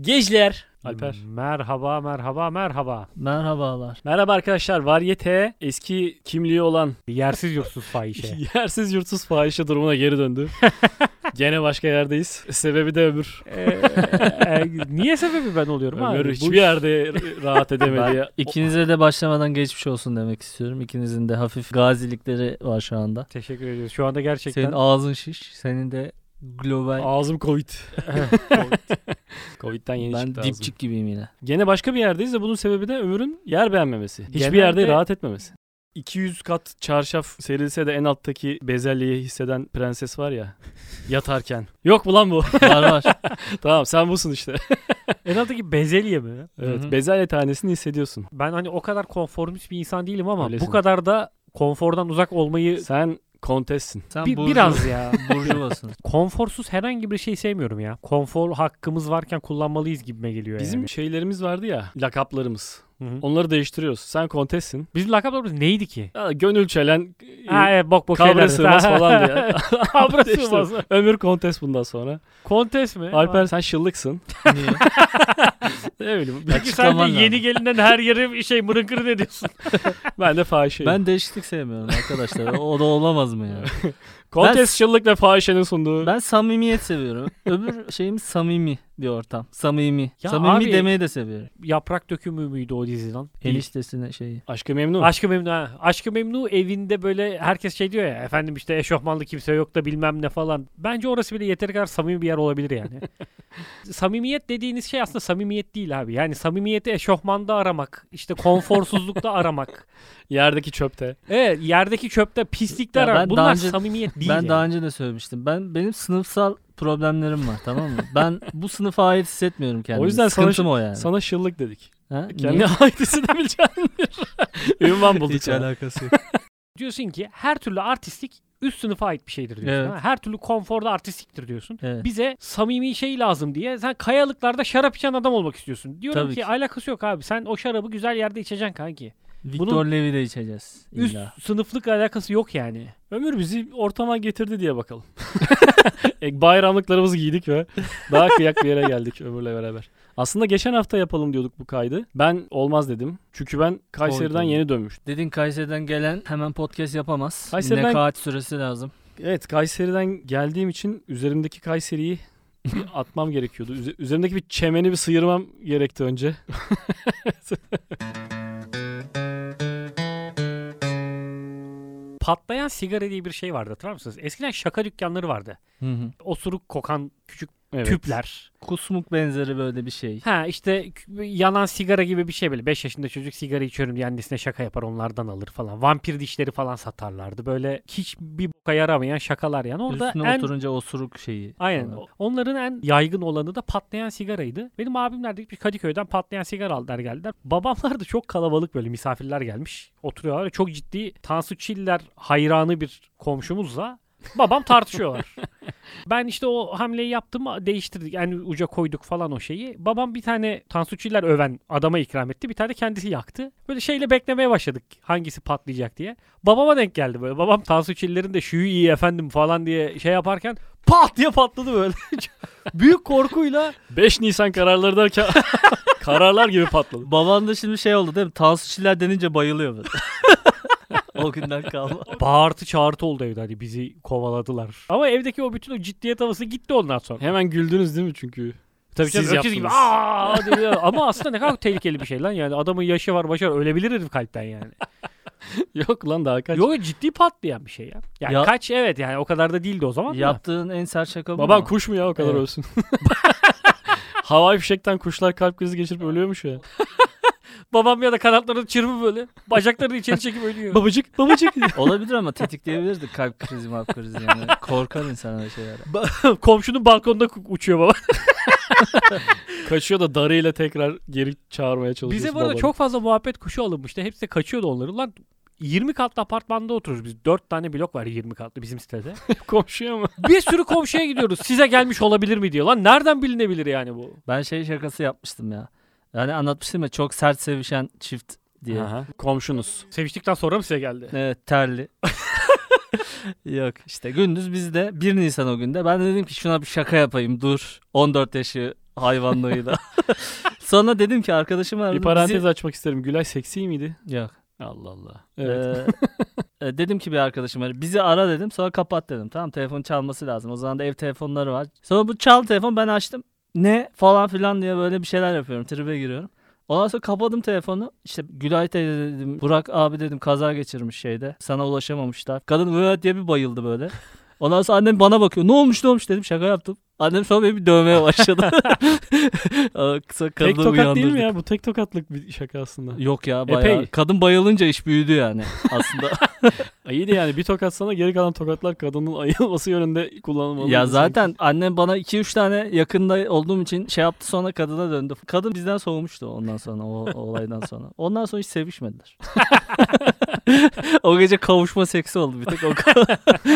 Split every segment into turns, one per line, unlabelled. Gejler. Alper.
Hmm, Merhaba, merhaba, merhaba.
Merhabalar.
Merhaba arkadaşlar. Varyete eski kimliği olan
Bir Yersiz yursuz fahişe.
yersiz yurtsuz fahişe durumuna geri döndü. Gene başka yerdeyiz. Sebebi de ömür.
Ee, e, niye sebebi ben oluyorum abi?
Ömür
Bu
hiçbir yerde rahat edemedi ya.
İkinize de başlamadan geçmiş olsun demek istiyorum. İkinizin de hafif gazilikleri var şu anda.
Teşekkür ediyoruz. Şu anda gerçekten
Senin ağzın şiş, senin de global.
Ağzım Covid. Covid'den yeni
ben
çıktı ağzım.
dipçik gibiyim yine.
Gene başka bir yerdeyiz de bunun sebebi de ömrün yer beğenmemesi. Hiçbir
Genelde-
yerde rahat etmemesi. 200 kat çarşaf serilse de en alttaki bezelyeyi hisseden prenses var ya yatarken. Yok mu lan bu?
Var var.
tamam sen busun işte.
en alttaki bezelye mi?
Evet
hı.
bezelye tanesini hissediyorsun.
Ben hani o kadar konformist bir insan değilim ama
Öylesin.
bu kadar da konfordan uzak olmayı
Sen kontessin.
Sen
Bi-
burcu,
biraz ya.
burjuvasın.
Konforsuz herhangi bir şey sevmiyorum ya. Konfor hakkımız varken kullanmalıyız gibime geliyor
Bizim
yani.
şeylerimiz vardı ya lakaplarımız.
Hı hı.
Onları değiştiriyoruz. Sen kontessin.
Bizim lakaplarımız neydi ki?
Ya, gönül çelen,
Ha
e,
evet bok bok
kavra
şeyler.
sığmaz falan diye.
Kavra
İşte
sığmaz.
Ömür kontes bundan sonra.
Kontes mi?
Alper sen şıllıksın.
Niye?
ne bileyim.
Peki sen de
Açıklaman
yeni
lazım.
gelinden her yeri şey mırın kırın ediyorsun.
Ben de fahişeyim.
Ben değişiklik sevmiyorum arkadaşlar. O da olamaz mı ya?
Kontes
Ben-
şıllık ve fahişenin sunduğu.
Ben samimiyet seviyorum. Öbür şeyim samimi bir ortam. Samimi.
Ya
samimi
abi-
demeyi de seviyorum.
Yaprak dökümü müydü o dizi lan?
Eniştesine şeyi.
Aşkı memnun.
Aşkı Memnu. ha. Aşkı Memnu evinde böyle herkes şey diyor ya efendim işte eşofmanlı kimse yok da bilmem ne falan. Bence orası bile yeteri kadar samimi bir yer olabilir yani. samimiyet dediğiniz şey aslında samimiyet değil abi. Yani samimiyeti eşofmanda aramak, işte konforsuzlukta aramak.
Yerdeki çöpte.
Evet yerdeki çöpte pislikte
Ya
aramak.
ben
Bunlar
daha önce-
samimiyet değil.
ben
yani.
daha önce de söylemiştim. Ben benim sınıfsal problemlerim var tamam mı? Ben bu sınıfa ait hissetmiyorum kendimi.
O yüzden sana
sıkıntım
şu-
o yani.
Sana şıllık dedik.
Ha?
Kendi
Niye?
aitisi de bileceksin. Ünvan bulduk
Hiç
sana.
alakası yok.
diyorsun ki her türlü artistlik üst sınıfa ait bir şeydir diyorsun.
Evet.
ha. Her türlü konforda artistliktir diyorsun.
Evet.
bize samimi şey lazım diye sen kayalıklarda şarap içen adam olmak istiyorsun. Diyorum
Tabii
ki,
ki.
alakası yok abi. Sen o şarabı güzel yerde içeceksin kanki.
Victor
Bunun
Levi de içeceğiz
Üst
illa.
sınıflık alakası yok yani.
Ömür bizi ortama getirdi diye bakalım. E, Bayramlıklarımızı giydik ve daha kıyak bir yere geldik Ömür'le beraber. Aslında geçen hafta yapalım diyorduk bu kaydı. Ben olmaz dedim. Çünkü ben Kayseri'den
Koydum.
yeni dönmüştüm.
Dedin Kayseri'den gelen hemen podcast yapamaz.
Kayseri'den-
Nekaat süresi lazım.
Evet Kayseri'den geldiğim için üzerimdeki Kayseri'yi bir atmam gerekiyordu. Üze- üzerimdeki bir çemeni bir sıyırmam gerekti önce.
Patlayan sigara diye bir şey vardı hatırlar mısınız? Eskiden şaka dükkanları vardı.
Hı hı.
Osuruk kokan küçük
Evet.
tüpler.
Kusmuk benzeri böyle bir şey.
Ha işte k- yanan sigara gibi bir şey böyle. 5 yaşında çocuk sigara içiyorum diye annesine şaka yapar onlardan alır falan. Vampir dişleri falan satarlardı. Böyle hiçbir boka yaramayan şakalar yani. Orada
Üstüne
en
oturunca osuruk şeyi.
Aynen.
falan.
Onların en yaygın olanı da patlayan sigaraydı. Benim abimler de bir Kadıköy'den patlayan sigara aldılar geldiler. Babamlar da çok kalabalık böyle misafirler gelmiş. Oturuyorlar. Çok ciddi Tansu Çiller hayranı bir komşumuzla babam tartışıyorlar. ben işte o hamleyi yaptım değiştirdik. Yani uca koyduk falan o şeyi. Babam bir tane Tansu Çiller öven adama ikram etti. Bir tane kendisi yaktı. Böyle şeyle beklemeye başladık hangisi patlayacak diye. Babama denk geldi böyle. Babam Tansu Çiller'in de şuyu iyi efendim falan diye şey yaparken pat diye patladı böyle. Büyük korkuyla
5 Nisan kararları derken kararlar gibi patladı.
Baban da şimdi şey oldu değil mi? Tansu Çiller denince bayılıyor böyle. o günden kalma.
bağırtı çağırtı oldu evde hani bizi kovaladılar. Ama evdeki o bütün o ciddiyet havası gitti ondan sonra.
Hemen güldünüz değil mi çünkü?
Tabii
Siz
canım öküz gibi
yaptınız.
"Aa!" diyor. ama aslında ne kadar tehlikeli bir şey lan yani adamın yaşı var başı var ölebilir herif kalpten yani.
Yok lan daha kaç.
Yok ciddi patlayan bir şey ya. Yani
Ya-
kaç evet yani o kadar da değildi o zaman da.
Yaptığın en sert şaka bu.
Baban
mu?
kuş mu ya o kadar
Evet.
ölsün? Havai fişekten kuşlar kalp krizi geçirip ölüyormuş ya.
Babam ya da kanatlarını çırpı böyle bacaklarını içeri çekip ölüyor.
Babacık babacık.
Olabilir ama tetikleyebilirdik kalp krizi malp krizi yani. Korkar insan öyle şeyler.
Komşunun balkonunda ku- uçuyor baba.
Kaçıyor da darıyla tekrar geri çağırmaya çalışıyor.
Bize bu arada
babanı.
çok fazla muhabbet kuşu alınmıştı. Hepsi de kaçıyordu onları. Lan 20 katlı apartmanda otururuz biz. 4 tane blok var 20 katlı bizim sitede.
komşuya mı?
bir sürü komşuya gidiyoruz. Size gelmiş olabilir mi diyor. Lan nereden bilinebilir yani bu?
Ben şey şakası yapmıştım ya. Yani anlatmıştım ya çok sert sevişen çift diye.
Aha. Komşunuz.
Seviştikten sonra mı size geldi?
Evet terli. Yok işte gündüz bizde 1 Nisan o günde ben de dedim ki şuna bir şaka yapayım dur 14 yaşı hayvanlığıyla. Sonra dedim ki arkadaşım var.
Bir parantez açmak isterim. Gülay seksi miydi?
Yok.
Allah Allah. Evet.
Evet. e, dedim ki bir arkadaşım var. Bizi ara dedim. Sonra kapat dedim. Tamam telefon çalması lazım. O zaman da ev telefonları var. Sonra bu çal telefon ben açtım. Ne falan filan diye böyle bir şeyler yapıyorum. Tribe giriyorum. Ondan sonra kapadım telefonu. İşte Gülay teyze dedim. Burak abi dedim kaza geçirmiş şeyde. Sana ulaşamamışlar. Kadın böyle diye bir bayıldı böyle. Ondan sonra annem bana bakıyor. Ne olmuş ne olmuş dedim. Şaka yaptım. Annem sonra beni bir dövmeye başladı. Aa, Kısa kadını
tek tokat değil
uyandırdık.
mi ya? Bu tek tokatlık bir şaka aslında.
Yok ya bayağı.
Epey.
Kadın bayılınca iş büyüdü yani aslında.
İyi de yani bir tokat sana geri kalan tokatlar kadının ayılması yönünde kullanılmalı.
ya zaten annem bana 2-3 tane yakında olduğum için şey yaptı sonra kadına döndü. Kadın bizden soğumuştu ondan sonra o, o olaydan sonra. Ondan sonra hiç sevişmediler. o gece kavuşma seksi oldu bir tek o.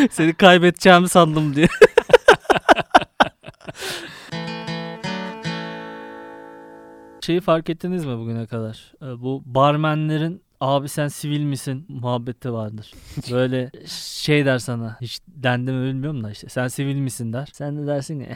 Seni kaybedeceğimi sandım diye. Şeyi fark ettiniz mi bugüne kadar? Ee, Bu barmenlerin abi sen sivil misin muhabbeti vardır. Böyle şey der sana hiç dendi mi bilmiyorum da işte sen sivil misin der. Sen de dersin ki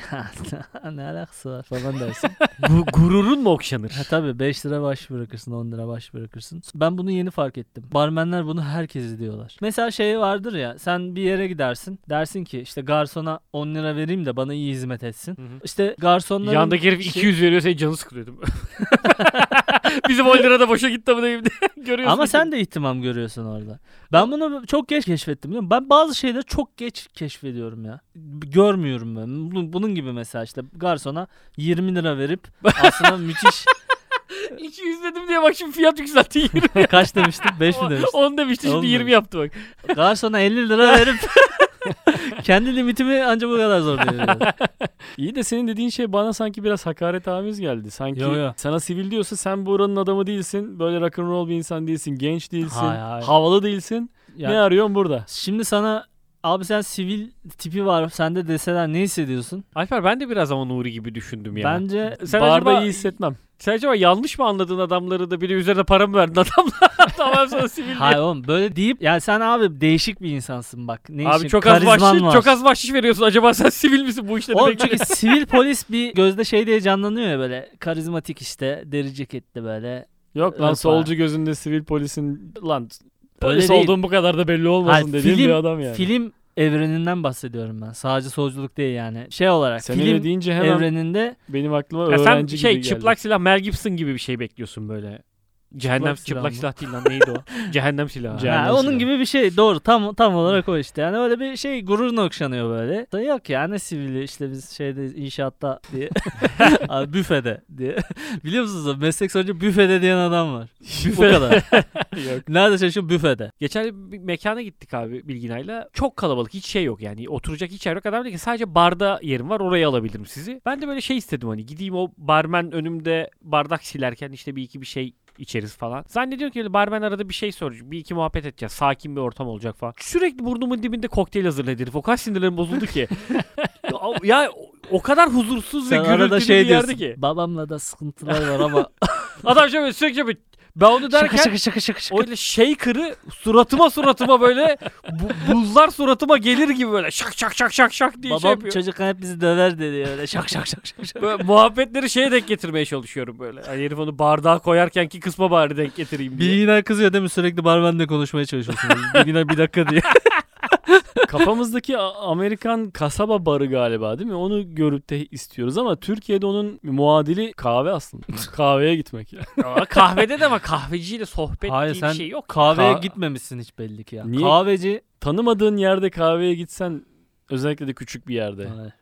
ne alakası var falan dersin.
Gu- gururun mu okşanır?
ha tabii 5 lira baş bırakırsın 10 lira baş bırakırsın. Ben bunu yeni fark ettim. Barmenler bunu herkese diyorlar. Mesela şey vardır ya sen bir yere gidersin dersin ki işte garsona 10 lira vereyim de bana iyi hizmet etsin. İşte garsonların
Yandaki herif
şey-
200 veriyor senin canı sıkılıyordum. Bizim 10 lira da boşa gitti mi diyeyim diye. Görüyorsun.
Ama sen de ihtimam görüyorsun orada. Ben bunu çok geç keşfettim biliyor musun? Ben bazı şeyleri çok geç keşfediyorum ya. Görmüyorum ben. Bu- Bunun gibi mesela işte garsona 20 lira verip aslında müthiş
200 dedim diye bak şimdi fiyat yükseltti 20.
kaç demiştim? 5 mi demiştim?
10 demişti şimdi
Olmadı.
20 yaptı bak.
Garsona 50 lira verip kendi limitimi ancak bu kadar zor veriyorum.
İyi de senin dediğin şey bana sanki biraz hakaret amiz geldi. Sanki
Yo, yo.
sana sivil diyorsa sen buranın adamı değilsin. Böyle rock'n'roll bir insan değilsin. Genç değilsin.
Hayır, hayır.
Havalı değilsin. Ne
Yani
arıyorsun burada?
şimdi sana abi sen sivil tipi var sende deseler ne hissediyorsun?
Alper ben de biraz ama Nuri gibi düşündüm ya.
Bence
sen
Barda
acaba,
iyi hissetmem.
sen acaba yanlış mı anladın adamları da bir de üzerine para mı verdin adamlar? tamam sana sivil diye.
Hayır oğlum böyle deyip yani sen abi değişik bir insansın bak. Ne
Abi
işin-
çok az
karizman
bahşiş,
var.
çok az bahşiş veriyorsun. Acaba sen sivil misin bu işleri
Oğlum
bekliyorsun?
çünkü sivil polis bir gözde şey diye canlanıyor ya böyle karizmatik işte deri ceketli böyle.
Yok lan
Yok
solcu gözünde sivil polisin lan
Öyle
polis
değil.
olduğum bu kadar da belli olmasın
Hayır,
dediğim
film-
bir adam yani.
Film evreninden bahsediyorum ben. Sadece solculuk değil yani. Şey olarak
Sen öyle
film
deyince hemen
evreninde
benim aklıma
Ya
öğrenci
sen
gibi
şey
geldi.
çıplak silah Mel Gibson gibi bir şey bekliyorsun böyle. Cehennem
Çıplak
çıplak,
silah mı?
silah değil lan neydi o? Cehennem silahı.
Cehennem.
Ha, onun
silahı.
gibi bir şey doğru tam tam olarak o işte. Yani öyle bir şey gururun okşanıyor böyle. Da yok yani sivili işte biz şeyde inşaatta diye. Abi büfede diye. Biliyor musunuz o meslek sonucu büfede diyen adam var. Bu kadar.
Yok.
Nerede çalışıyor büfede.
Geçen bir mekana gittik abi Bilginay'la. Çok kalabalık hiç şey yok yani. Oturacak hiç yer yok. Adam dedi ki sadece barda yerim var oraya alabilirim sizi. Ben de böyle şey istedim hani gideyim o barmen önümde bardak silerken işte bir iki bir şey içeriz falan. Zannediyorum ki böyle barmen arada bir şey soracak. Bir iki muhabbet edeceğiz. Sakin bir ortam olacak falan. Sürekli burnumun dibinde kokteyl hazırladı herif. O kadar sinirlerim bozuldu ki. ya, ya o- o kadar huzursuz ve
Sen
gürültülü
arada
bir
şey
yerdi
diyorsun.
ki.
Babamla da sıkıntılar var ama.
Adam şöyle sürekli şöyle ben onu
şaka
derken
şaka şaka şaka şaka.
Öyle shaker'ı suratıma suratıma böyle bu- buzlar suratıma gelir gibi böyle şak şak şak şak şak diye şey
Babam
yapıyor.
çocukken hep bizi döver dedi öyle şak şak şak şak. şak.
Böyle muhabbetleri şeye denk getirmeye çalışıyorum böyle. Hani herif onu bardağa koyarken ki kısma bari denk getireyim diye.
Bilginay kızıyor değil mi? Sürekli barmenle konuşmaya çalışıyorsunuz. Bilginay bir dakika diye.
Kafamızdaki A- Amerikan kasaba barı galiba değil mi? Onu görüp de istiyoruz ama Türkiye'de onun muadili kahve aslında. Kahveye gitmek ya.
Ama kahvede de ama kahveciyle sohbet
Hayır,
diye bir
sen
şey yok.
Kahveye
Ka-
gitmemişsin hiç belli ki ya.
Niye?
Kahveci.
Tanımadığın yerde kahveye gitsen özellikle de küçük bir yerde.
Hayır.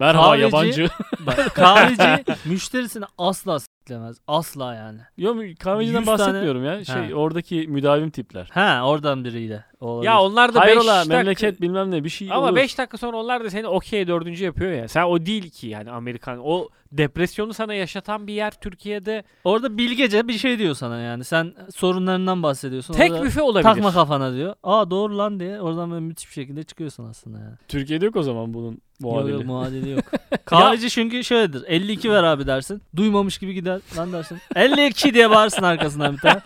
Merhaba
Kahveci-
yabancı.
Bak, kahveci müşterisini asla s**lemez. Asla yani.
Yok kahveciden
Yüz tane-
bahsetmiyorum ya. Şey
Ha.
oradaki müdavim tipler.
Ha oradan biriyle. Olabilir.
Ya onlar da 5
Hayrola
dakika.
memleket bilmem ne bir şey
ama
olur.
5 dakika sonra onlar da seni okey dördüncü yapıyor ya. Sen o değil ki yani Amerikan. O depresyonu sana yaşatan bir yer Türkiye'de
Orada bilgece bir şey diyor sana yani. Sen sorunlarından bahsediyorsun.
tek
Orada
büfe olabilir.
Takma kafana diyor. Aa doğru lan diye. Oradan böyle müthiş bir şekilde çıkıyorsun aslında yani.
Türkiye'de yok o zaman bunun
Muadili. Yok,
muadili.
yok muadili yok. Kahveci çünkü şöyledir. 52 ver abi dersin. Duymamış gibi gider. Lan dersin. 52 diye bağırsın arkasından bir tane.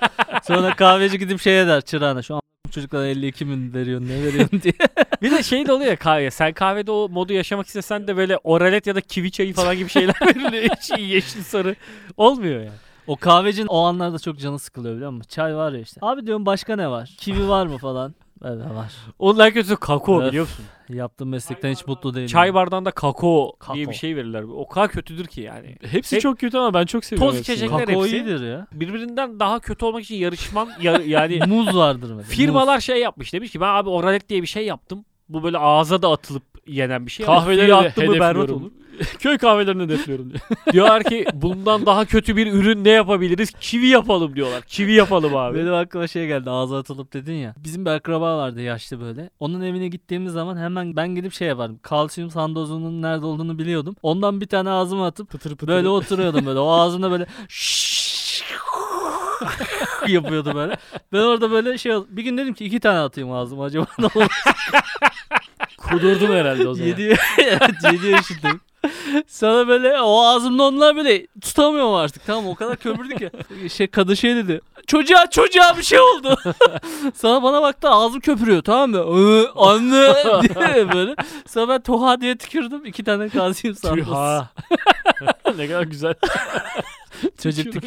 Sonra kahveci gidip şeye der şey çırağına. Şu an çocuklara 52 bin veriyorsun ne veriyorsun diye.
Bir de şey de oluyor ya kahve. Sen kahvede o modu yaşamak istesen de böyle oralet ya da kivi çayı falan gibi şeyler veriliyor. Şey, yeşil sarı. Olmuyor yani.
O kahvecinin o anlarda çok canı sıkılıyor biliyor musun? Çay var ya işte. Abi diyorum başka ne var? Kivi var mı falan? Evet var.
Ondan kötüsü kakao
Öf.
biliyor musun?
Yaptığım meslekten hiç mutlu değilim.
Çay bardağında kakao, diye
Kakao.
bir şey verirler. O kadar kötüdür ki yani.
Hepsi
Hep-
çok kötü ama ben çok seviyorum.
Toz
hepsini.
içecekler-
Kakao
hepsi.
iyidir ya.
Birbirinden daha kötü olmak için yarışman ya- yani
Muz vardır mesela.
firmalar şey yapmış demiş ki ben abi oralet diye bir şey yaptım. Bu böyle ağza da atılıp yenen bir şey.
Kahveleri
Suya
de
attın mı berbat
hedefliyorum.
olur.
Köy kahvelerini defliyorum diyor.
Diyorlar ki bundan daha kötü bir ürün ne yapabiliriz? Kivi yapalım diyorlar. Kivi yapalım
Muz.
abi.
Benim aklıma şey geldi ağza atılıp dedin ya. Bizim bir akraba vardı yaşlı böyle. Onun evine gittiğimiz zaman hemen ben gidip şey yapardım. Kalsiyum sandozunun nerede olduğunu biliyordum. Ondan bir tane ağzıma atıp
Pıtır pıtır.
Böyle oturuyordum böyle. O ağzında böyle şşş yapıyordu böyle. Ben orada böyle şey ol- bir gün dedim ki iki tane atayım ağzıma acaba ne olur?
kudurdum herhalde o zaman.
7 evet 7 yaşındayım. Sonra böyle o ağzımda onlar böyle tutamıyorum artık tamam mı? o kadar kömürdü ki. Şey kadın şey dedi. Çocuğa çocuğa bir şey oldu. Sonra bana baktı ağzım köpürüyor tamam mı? "Ee, Anne diye böyle. Sonra ben toha diye tükürdüm. iki tane kalsiyum sandım.
Tüha. ne kadar güzel.
Çocuk
Tükürmüşsün.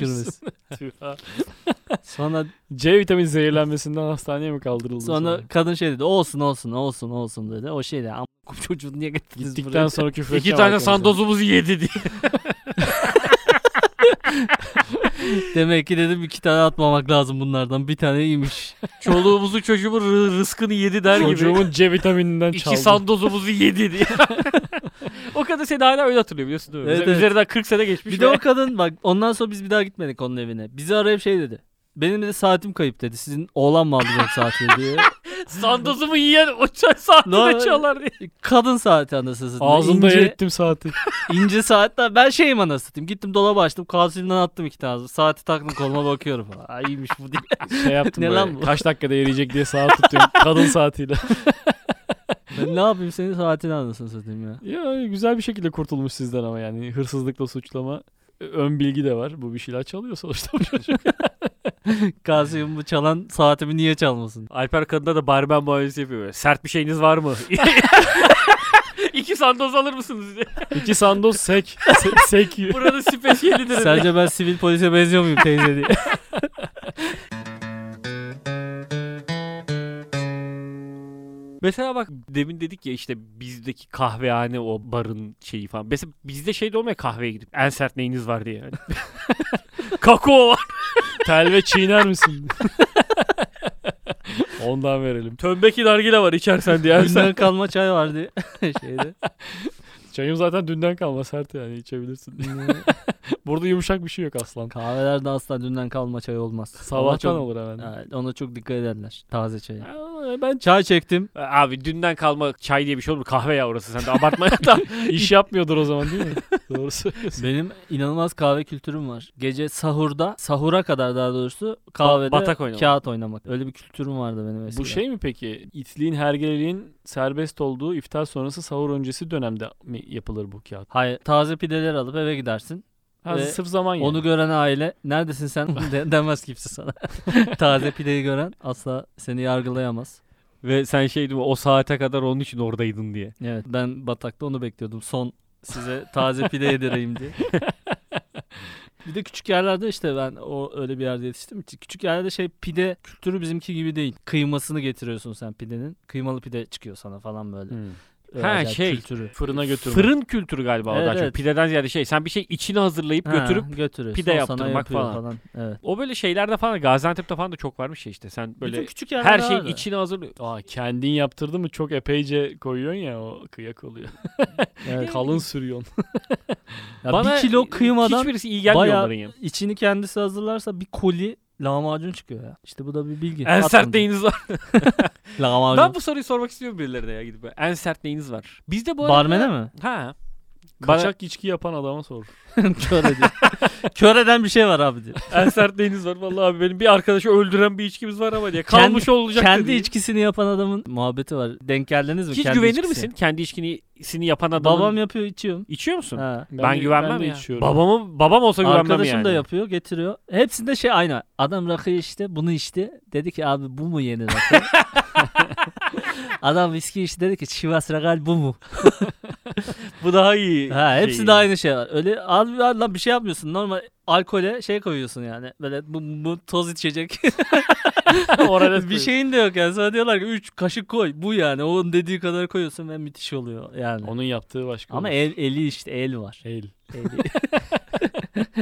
tükürmesi.
Tüha.
Sonra
C vitamini zehirlenmesinden hastaneye mi kaldırıldı?
Sonra kadın şey dedi olsun olsun olsun olsun dedi. O şey dedi ama çocuğu niye getirdiniz
Gittikten
buraya?"
sonra küfür
İki
edeceğim
tane
arkamızdan.
sandozumuzu yedi diye.
Demek ki dedim iki tane atmamak lazım bunlardan bir tane iyiymiş.
Çoluğumuzu çocuğumun rı- rızkını yedi der gibi.
Çocuğumun C vitamininden çaldım.
İki sandozumuzu yedi diye. o kadın seni hala öyle hatırlıyor biliyorsun değil mi?
Evet,
Üzer-
evet.
Üzerinden 40 sene geçmiş.
bir de
ve-
o kadın bak ondan sonra biz bir daha gitmedik onun evine. Bizi arayıp şey dedi. Benim de saatim kayıp dedi. Sizin oğlan mı aldı benim saatimi diye.
Sandozumu yiyen o çay saatine
Ne-
çalar diye.
Kadın saati anasını satayım.
Ağzımda
İnce-
erittim saati.
İnce saatler. Ben şeyim anasını satayım. Gittim dolabı açtım. Kalsiyumdan attım iki tane. Saati taktım koluma bakıyorum. falan. Ay iyiymiş bu diye.
Şey yaptım
Ne
böyle.
lan bu?
Kaç dakikada eriyecek diye saat tutuyorum. Kadın saatiyle.
Ben ne yapayım senin saatini anasını satayım ya.
Ya güzel bir şekilde kurtulmuş sizden ama yani hırsızlıkla suçlama e, ön bilgi de var. Bu bir şeyler çalıyor sonuçta bu çocuk.
Kalsiyumu çalan saatimi niye çalmasın?
Alper kadına da barmen muayenesi yapıyor. böyle. Sert bir şeyiniz var mı? İki sandoz alır mısınız diye.
İki sandoz sek. Se- sek yiyor.
Buranın spesiyelidir. diye.
Sence ben sivil polise benziyor muyum teyze diye.
Mesela bak demin dedik ya işte bizdeki kahvehane o barın şeyi falan. Mesela bizde şey de olmuyor kahveye gidip en sert neyiniz var diye. Yani. Kakao var.
Telve çiğner misin? Ondan verelim.
Tömbeki nargile var içersen diye. En sert.
Dünden kalma çay vardı şeyde.
Çayım zaten dünden kalma sert yani içebilirsin. Burada yumuşak bir şey yok aslan.
Kahvelerde asla dünden kalma çay olmaz. Ona
Sabahtan
çok-
olur hemen.
Evet, ona çok dikkat ederler taze çaya.
Aa, Ben
Çay çektim.
Ee, Abi dünden kalma çay diye bir şey olur mu? Kahve ya orası sen de abartma. Tam
iş yapmıyordur o zaman değil mi? Doğru söylüyorsun.
Benim inanılmaz kahve kültürüm var. Gece sahurda, sahura kadar daha doğrusu kahvede
batak oynamak.
kağıt oynamak. Öyle bir kültürüm vardı benim eskiden.
Bu şey mi peki? İtliğin, hergeleliğin serbest olduğu iftar sonrası sahur öncesi dönemde mi yapılır bu kağıt?
Hayır, taze pideler alıp eve gidersin.
Ha,
Ve
sırf zaman yani.
Onu gören aile, neredesin sen de- demez kimse sana. taze pideyi gören asla seni yargılayamaz.
Ve sen şey değil mi? O saate kadar onun için oradaydın diye.
Evet ben batakta onu bekliyordum. Son size taze pide yedireyim diye. bir de küçük yerlerde işte ben o öyle bir yerde yetiştim. Küçük yerlerde şey pide kültürü bizimki gibi değil. Kıymasını getiriyorsun sen pidenin. Kıymalı pide çıkıyor sana falan böyle. Öyle
Ha,
acayip
şey,
kültürü.
Fırına götürme.
Hmm. Fırın kültürü galiba o
Evet,
daha çok.
evet.
Pideden ziyade şey. Sen bir şey içini hazırlayıp götürüp
Ha, götürüyorsun.
pide
O sana
yaptırmak
yapıyor
falan.
Evet.
o böyle şeylerde falan Gaziantep'te falan da çok varmış ya işte. Sen böyle
Böyle küçük yerler
her şeyin içini hazırlıyor.
Aa, kendin yaptırdın mı çok epeyce koyuyorsun ya o kıyak oluyor. Kalın sürüyorsun.
Ya bir kilo kıymadan
hiçbirisi iyi gelmiyor
bayağı-
onların yani.
içini kendisi hazırlarsa bir koli lahmacun çıkıyor ya. İşte bu da bir bilgi.
En
Atın
sert
diye.
neyiniz var?
Lahmacun.
Ben bu soruyu sormak istiyorum birilerine ya gidip. En sert neyiniz var? Bizde bu arada...
Barmene mi?
Ha.
Bana-
Kaçak içki yapan adama sor.
Kör ediyor. Kör eden bir şey var abi diyor.
Ensert Deniz var. Vallahi abi benim bir arkadaşı öldüren bir içkimiz var ama diye. Kalmış olacak.
Kendi
dedi.
içkisini yapan adamın muhabbeti var. Denk geldiniz mi?
Hiç
kendi
güvenir
içkisine?
misin kendi içkini yapan adamın?
Babam yapıyor içiyorum.
İçiyor musun?
Ha.
Ben, güvenmem
ben de
ya.
içiyorum.
Babamı babam olsa güvenmem
Arkadaşım
yani.
da yapıyor getiriyor. Hepsinde şey aynı. Adam rakıyı içti bunu içti. Dedi ki abi bu mu yeni rakı? Adam viski içti dedi ki Chivas Regal bu mu?
Bu daha iyi.
Ha,
şey.
hepsinde aynı şey var. Öyle abi abi lan bir şey yapmıyorsun. Normal alkole şey koyuyorsun yani. Böyle bu, bu toz içecek.
Orada
bir şey- şeyin de yok yani. Sana diyorlar ki 3 kaşık koy. Bu yani. Onun dediği kadar koyuyorsun ve müthiş oluyor yani.
Onun yaptığı başka.
Ama
olur.
el, eli işte el var.
El.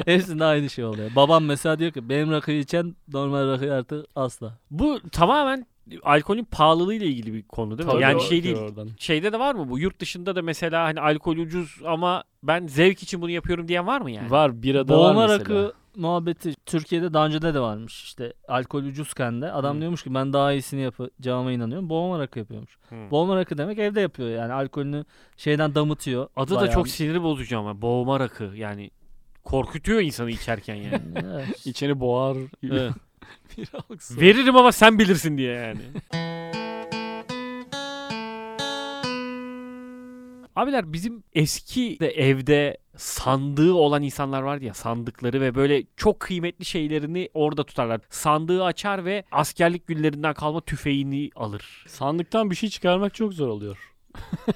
Hepsinde aynı şey oluyor. Babam mesela diyor ki benim rakıyı içen normal rakıyı artık asla.
Bu tamamen alkolün pahalılığı ile ilgili bir konu değil mi?
Tabii
yani
o-
şey değil.
Oradan.
Şeyde de var mı bu? Yurt dışında da mesela hani alkol ucuz ama ben zevk için bunu yapıyorum diyen var mı yani?
Var birada var
Boğulma
mesela.
rakı muhabbeti Türkiye'de daha önce de varmış. İşte alkol ucuzken de adam
Hı.
diyormuş ki ben daha iyisini yapacağıma inanıyorum. Boğulma rakı yapıyormuş.
Hı.
Boğulma rakı demek evde yapıyor yani alkolünü şeyden damıtıyor.
Adı da
Bayağı-
çok sinir bozucu ama boğma rakı yani korkutuyor insanı içerken yani.
Evet.
İçini boğar.
Evet.
Biralık su.
Veririm ama sen bilirsin diye yani. Abiler bizim eski de evde sandığı olan insanlar vardı ya sandıkları ve böyle çok kıymetli şeylerini orada tutarlar. Sandığı açar ve askerlik günlerinden kalma tüfeğini alır.
Sandıktan bir şey çıkarmak çok zor oluyor.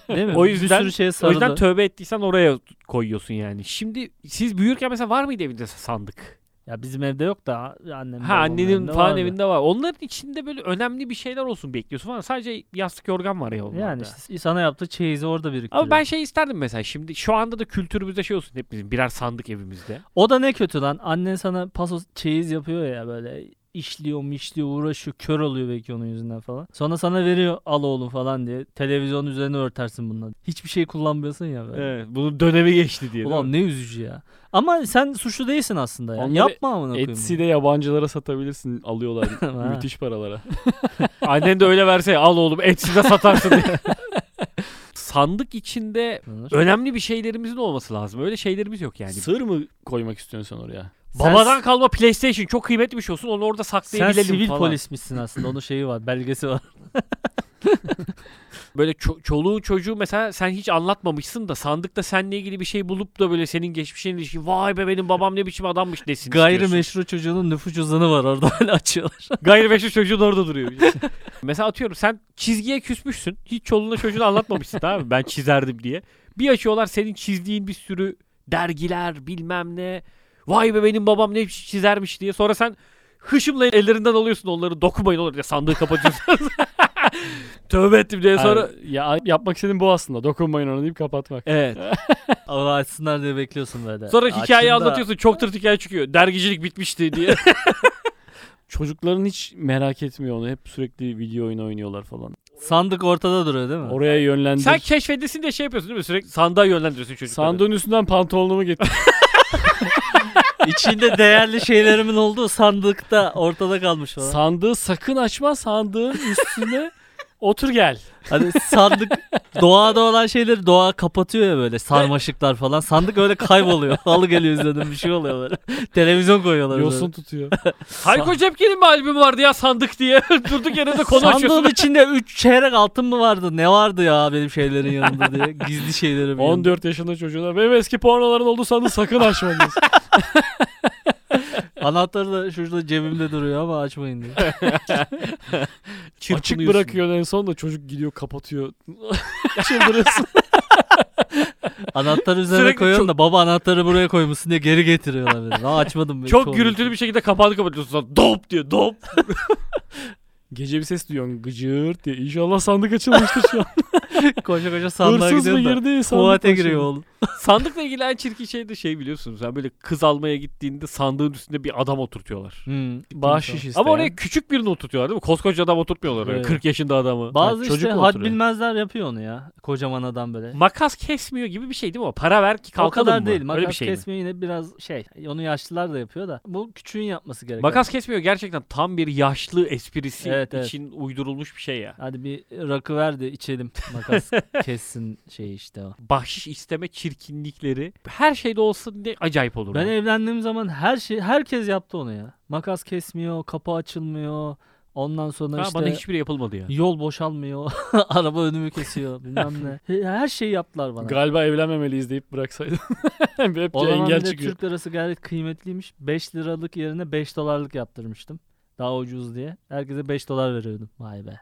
Değil mi?
O yüzden-
bir sürü şeye
O
sarılı.
yüzden tövbe ettiysen oraya koyuyorsun yani. Şimdi siz büyürken mesela var mıydı evinizde sandık?
ya bizim evde yok da annem.
Ha annenin falan evinde var. Onların içinde böyle önemli bir şeyler olsun bekliyorsun falan. Sadece yastık yorgan var ya onlarda.
Yani işte sana yaptığı çeyizi orada biriktiriyor.
Ama ben şey isterdim mesela şimdi şu anda da kültürümüzde şey olsun hepimizin birer sandık evimizde.
O da ne kötü lan. Annen sana paso çeyiz yapıyor ya böyle. işliyor mişliyor uğraşıyor. Kör oluyor belki onun yüzünden falan. Sonra sana veriyor al oğlum falan diye. Televizyon üzerine örtersin bununla. Hiçbir şey kullanmıyorsun ya böyle.
Evet. Bunun dönemi geçti diye.
Ulan ne üzücü ya. Ama sen suçlu değilsin aslında ya.
Onları
Yapma amına koyayım.
Etsy'de yabancılara satabilirsin. Alıyorlar
Ha.
müthiş paralara.
Annen de öyle verse al oğlum Etsy'de satarsın diye. sandık içinde önemli bir şeylerimizin olması lazım. Öyle şeylerimiz yok yani.
Sır mı koymak istiyorsun sen oraya?
Sen-
Babadan kalma PlayStation çok kıymetli bir şey olsun. Onu orada
sen
saklayabilelim
sivil
falan.
polismişsin aslında. Onun şeyi var, belgesi var.
Böyle ço- çoluğu çocuğu mesela sen hiç anlatmamışsın da sandıkta seninle ilgili bir şey bulup da böyle senin geçmişinle ilişkin vay be benim babam ne biçim adammış desin istiyorsun.
Gayrimeşru çocuğunun nüfus cüzdanı var orada öyle açıyorlar.
Gayrimeşru çocuğun orada duruyor. bir de. mesela atıyorum sen çizgiye küsmüşsün. Hiç çoluğuna çocuğuna anlatmamışsın tamam mı? Ben çizerdim diye. Bir açıyorlar senin çizdiğin bir sürü dergiler bilmem ne. Vay be benim babam ne biçim çizermiş diye. Sonra sen hışımla ellerinden alıyorsun onları dokunmayın olur diye sandığı kapatıyorsun. Tövbe ettim diye sonra
Sonra ya yapmak istediğim bu aslında. Dokunmayın ona deyip kapatmak.
Evet. Ama açsınlar diye bekliyorsun böyle.
Sonra hikayeyi
Açın da-
anlatıyorsun çok tırt hikaye çıkıyor. Dergicilik bitmişti diye.
Çocukların hiç merak etmiyor onu. Hep sürekli video oyunu oynuyorlar falan.
Sandık ortada duruyor değil mi?
Oraya yönlendir.
Sen keşfedesin diye şey yapıyorsun değil mi? Sürekli sandığa yönlendiriyorsun çocukları.
Sandığın üstünden pantolonumu getir.
İçinde değerli şeylerimin olduğu sandıkta ortada kalmış falan.
Sandığı sakın açma. Sandığın üstüne otur gel.
Hani sandık doğada olan şeyleri doğa kapatıyor ya böyle sarmaşıklar falan. Sandık öyle kayboluyor. Halı geliyor üzerinden bir şey oluyor böyle. Televizyon koyuyorlar.
Yosun
üzerine.
tutuyor.
Hayko Cepkin'in mi albümü vardı ya sandık diye. Durduk yere de konu açıyorsun.
Sandığın içinde 3 çeyrek altın mı vardı? Ne vardı ya benim şeylerin yanında diye. Gizli şeylerim. yanında.
14 yaşında çocuğuna benim eski pornoların olduğu sandığı sakın açma diyorsun.
Anahtarı da şurada cebimde duruyor ama açmayın diye.
Açık
Çırpınıyorsun.
bırakıyor en son da çocuk gidiyor kapatıyor. Çıldırırsın.
Anahtarı üzerine
Sürekli
koyuyorum
çok-
da baba anahtarı buraya koymuşsun diye geri getiriyorlar. beni. Lan açmadım. beni,
Çok
çoğunu.
gürültülü bir şekilde kapağını kapatıyorsun. Sonra Dop diye dop.
Gece bir ses duyuyorsun gıcırt diye. İnşallah sandık açılmıştır şu an.
Koşa koşa sandığa
Hırsız mı
gidiyorum da.
girdi? sandık
Tuvalete
başladı.
giriyor oğlum.
Sandıkla ilgili en çirkin şey de şey biliyorsunuz. Yani böyle kız almaya gittiğinde sandığın üstünde bir adam oturtuyorlar.
Hmm.
Bahşiş isteyen.
Ama oraya küçük birini oturtuyorlar değil mi? Koskoca adam oturtmuyorlar. öyle
Evet.
40 yaşında adamı.
Bazı
Ha,
işte
çocuk mu
had
oturuyor?
bilmezler yapıyor onu ya. kocaman adam böyle.
Makas kesmiyor gibi bir şey değil mi o? Para ver ki kalkalım
o kadar
mı?
değil.
Öyle
Makas
bir şey mi?
kesme yine biraz şey. Onu yaşlılar da yapıyor da. Bu küçüğün yapması gereken.
Makas kesmiyor gerçekten tam bir yaşlı esprisi
Evet, evet.
için uydurulmuş bir şey ya.
Hadi bir rakı ver de içelim. Makas kessin şey işte o.
Bahşiş isteme çirkinlikleri her şeyde olsun ne acayip olur.
Ben
bu.
evlendiğim zaman her şey herkes yaptı onu ya. Makas kesmiyor, kapı açılmıyor. Ondan sonra
Ha,
işte
bana hiçbiri yapılmadı ya.
yol boşalmıyor. Araba önümü kesiyor bilmem ne. Her şeyi yaptılar bana.
Galiba evlenmemeliyiz deyip bıraksaydım. Hep
O zaman bir
engel
de
çıkıyor.
Türk lirası gayet kıymetliymiş. 5 liralık yerine 5 dolarlık yaptırmıştım. Daha ucuz diye. Herkese 5 dolar veriyordum. Vay be.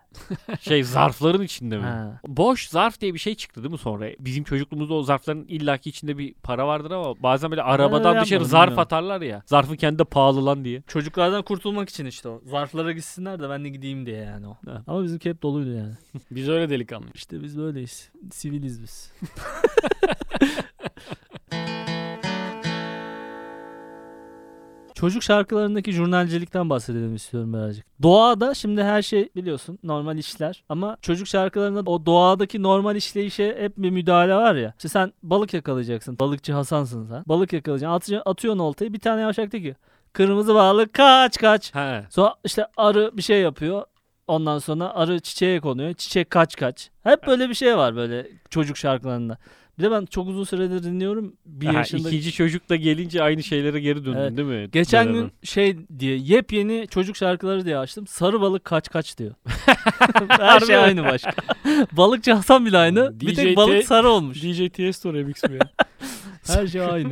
Şey zarfların içinde mi?
Ha.
Boş zarf diye bir şey çıktı değil mi sonra? Bizim çocukluğumuzda o zarfların illaki içinde bir para vardır ama bazen böyle arabadan
öyle
dışarı
yapmadım,
zarf
bilmiyorum.
atarlar ya. Zarfın kendi de pahalı lan diye.
Çocuklardan kurtulmak için işte o. Zarflara gitsinler de ben de gideyim diye yani o.
Evet.
Ama bizimki hep doluydu yani.
Biz öyle delikanlı.
İşte biz böyleyiz. Siviliz biz. Çocuk şarkılarındaki jurnalcilikten bahsedelim istiyorum birazcık. Doğada şimdi her şey biliyorsun normal işler ama çocuk şarkılarında o doğadaki normal işleyişe hep bir müdahale var ya. İşte sen balık yakalayacaksın. Balıkçı Hasan'sın sen. Balık yakalayacaksın. Atıyor atıyorsun oltayı bir tane yavşak diyor ki kırmızı balık kaç kaç.
He.
Sonra işte arı bir şey yapıyor. Ondan sonra arı çiçeğe konuyor. Çiçek kaç kaç. Hep böyle bir şey var böyle çocuk şarkılarında. Bir de ben çok uzun süredir dinliyorum. Bir
Ha,
yaşında.
ikinci çocuk da gelince aynı şeylere geri döndün
Evet.
değil mi?
Geçen
Dönemin.
gün şey diye yepyeni çocuk şarkıları diye açtım. Sarı balık kaç kaç diyor. Her
Harbi
şey
mi?
aynı başka. Balıkçı Hasan bile aynı. bir
DJ
tek balık sarı olmuş.
DJ Tiesto remix mi ya?
Her şey aynı.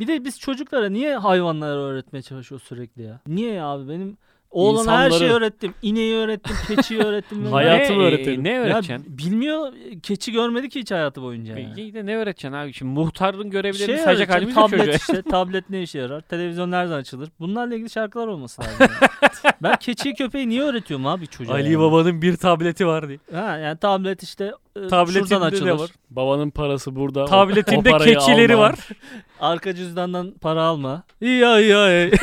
Bir de biz çocuklara niye hayvanları öğretmeye çalışıyoruz sürekli ya? Niye ya abi benim oğlana her şeyi
İnsanları.
öğrettim. İneği öğrettim, keçiyi öğrettim.
Hayat- Hayatımı
Ne, e,
öğretelim.
Ne
Ya
öğreteceksin?
bilmiyor keçi görmedi ki hiç hayatı boyunca. Yani.
İyi de ne öğreteceksin abi? Şimdi muhtarın görevlerini
Şey
sayacak
öğreteceğim,
halimiz yok çocuğa.
tablet işte tablet ne işe yarar? Televizyon nereden açılır? Bunlarla ilgili şarkılar olması lazım. yani. ben keçiyi köpeği niye öğretiyorum abi çocuğa? yani?
Baba'nın bir tableti var diye.
Ha yani tablet işte e,
Tabletinde
şuradan
ne
açılır.
var?
Babanın parası burada. o-
Tabletinde
o parayı
keçileri
alma.
var.
Arka cüzdandan para alma. Ya ya ya.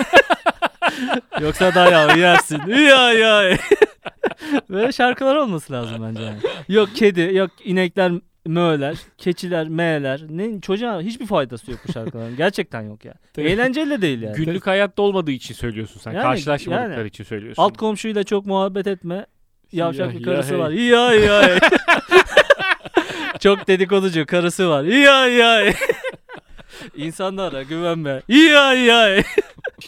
Yoksa dayağı yersin. Ya ya ya. Böyle şarkılar olması lazım bence. yani. Yok kedi, yok inekler möler, keçiler meğler. Ne çocuğa hiçbir faydası yok bu şarkıların. Gerçekten yok ya.
Tabii.
Eğlenceli de değil yani.
Günlük hayatta olmadığı için söylüyorsun sen.
Yani-
Karşılaşmadıkları
yani.
için söylüyorsun.
Alt komşuyla çok muhabbet etme. Yavşak
Ya, ya,
bir karısı
hey.
var. Ya ya. hey. Çok dedikoducu karısı var. Ya ya. hey. İnsanlara güvenme. Ya ya. hey.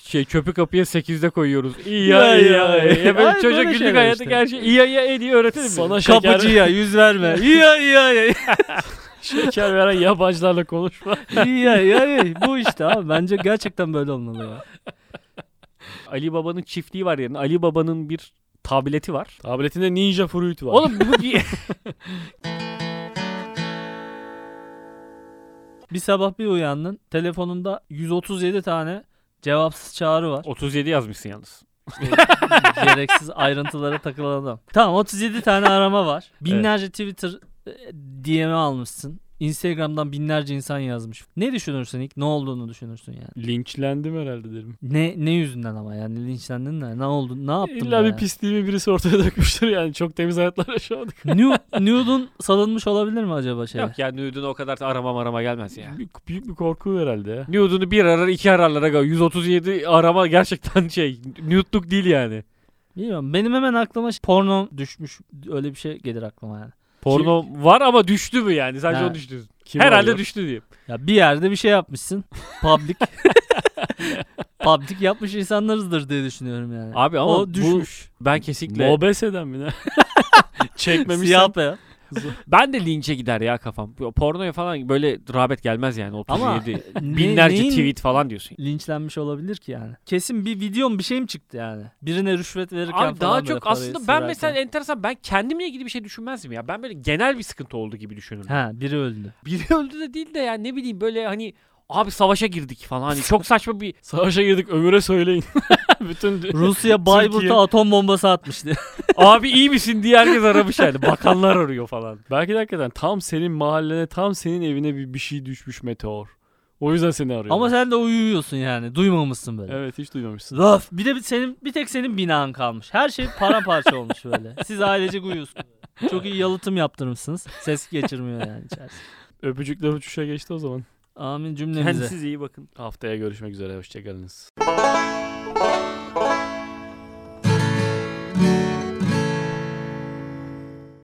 şey çöpü kapıya 8'de koyuyoruz. İyi
Ya,
ya iyi ya.
ya.
iyi. Ya böyle
Aynen
çocuk
öyle
günlük
şeyler
hayatta
işte.
gerçi iyi ya iyi diye öğretelim.
Sana şeker,
Kapıcıya yüz verme. Ya ya ya.
şeker veren yabancılarla konuşma.
Ya ya ya. Bu işte abi. Bence gerçekten böyle olmalı ya.
Ali Baba'nın çiftliği var yani. Ali Baba'nın bir tableti var.
Tabletinde Ninja Fruit var.
Oğlum bu bir...
Bir sabah bir uyandın. Telefonunda 137 tane cevapsız çağrı var.
37 yazmışsın yalnız.
Gereksiz ayrıntılara takılan adam. Tamam 37 tane arama var. Binlerce Twitter e, DM'i almışsın. Instagram'dan binlerce insan yazmış. Ne düşünürsün ilk? Ne olduğunu düşünürsün yani.
Linçlendim herhalde derim.
Ne ne yüzünden ama yani linçlendin de ne oldu? Ne yaptın?
İlla
be?
bir pisliğimi birisi ortaya dökmüştür yani. Çok temiz hayatlar yaşadık.
Nu- Nude'un salınmış olabilir mi acaba şey?
Yok ya Nude'un o kadar da arama arama gelmez ya.
Büyük, büyük bir korku herhalde ya.
Nude'unu bir arar iki ararlara gal. 137 arama gerçekten şey nude'luk değil yani.
Bilmiyorum. Benim hemen aklıma şey- porno düşmüş. Öyle bir şey gelir aklıma yani.
Porno var ama düştü mü yani? Sadece
Ha.
onu düşünüyorsun.
Kim
Herhalde
arıyor?
düştü diye.
Ya bir yerde bir şey yapmışsın. Public. Public yapmış insanlarızdır diye düşünüyorum yani.
Abi ama
o düşmüş.
bu ben kesinlikle
Mobese'den mi ne? Çekmemişsen.
Siyah beyaz.
ben de linçe gider ya kafam. Pornoya falan böyle rağbet gelmez yani 37.
Ama ne-
Binlerce
neyin
tweet falan diyorsun.
linçlenmiş olabilir ki yani. Kesin bir videom bir şeyim çıktı yani. Birine rüşvet verirken
Abi
falan
daha
böyle
çok
parayı
aslında ben
sırarken.
mesela enteresan ben kendimle ilgili bir şey düşünmezdim ya. Ben böyle genel bir sıkıntı oldu gibi düşünürüm.
Ha biri öldü.
Biri öldü de değil de yani ne bileyim böyle hani abi savaşa girdik falan hani çok saçma bir
Savaşa girdik ömüre söyleyin. Bütün
Rusya Bayburt'a atom bombası atmıştı.
abi iyi misin diye herkes aramış yani. Bakanlar arıyor falan.
Belki de hakikaten tam senin mahallene, tam senin evine bir, bir şey düşmüş meteor. O yüzden seni arıyor.
Ama sen de uyuyorsun yani. Duymamışsın böyle.
Evet hiç duymamışsın.
Laf. Bir de bir- senin bir tek senin binan kalmış. Her şey paramparça olmuş böyle. Siz ailecek uyuyorsunuz. Çok iyi yalıtım yaptırmışsınız. Ses geçirmiyor yani içerisi.
Öpücükler uçuşa geçti o zaman.
Amin cümlemize.
Kendinize iyi bakın.
Haftaya görüşmek üzere. Hoşçakalınız.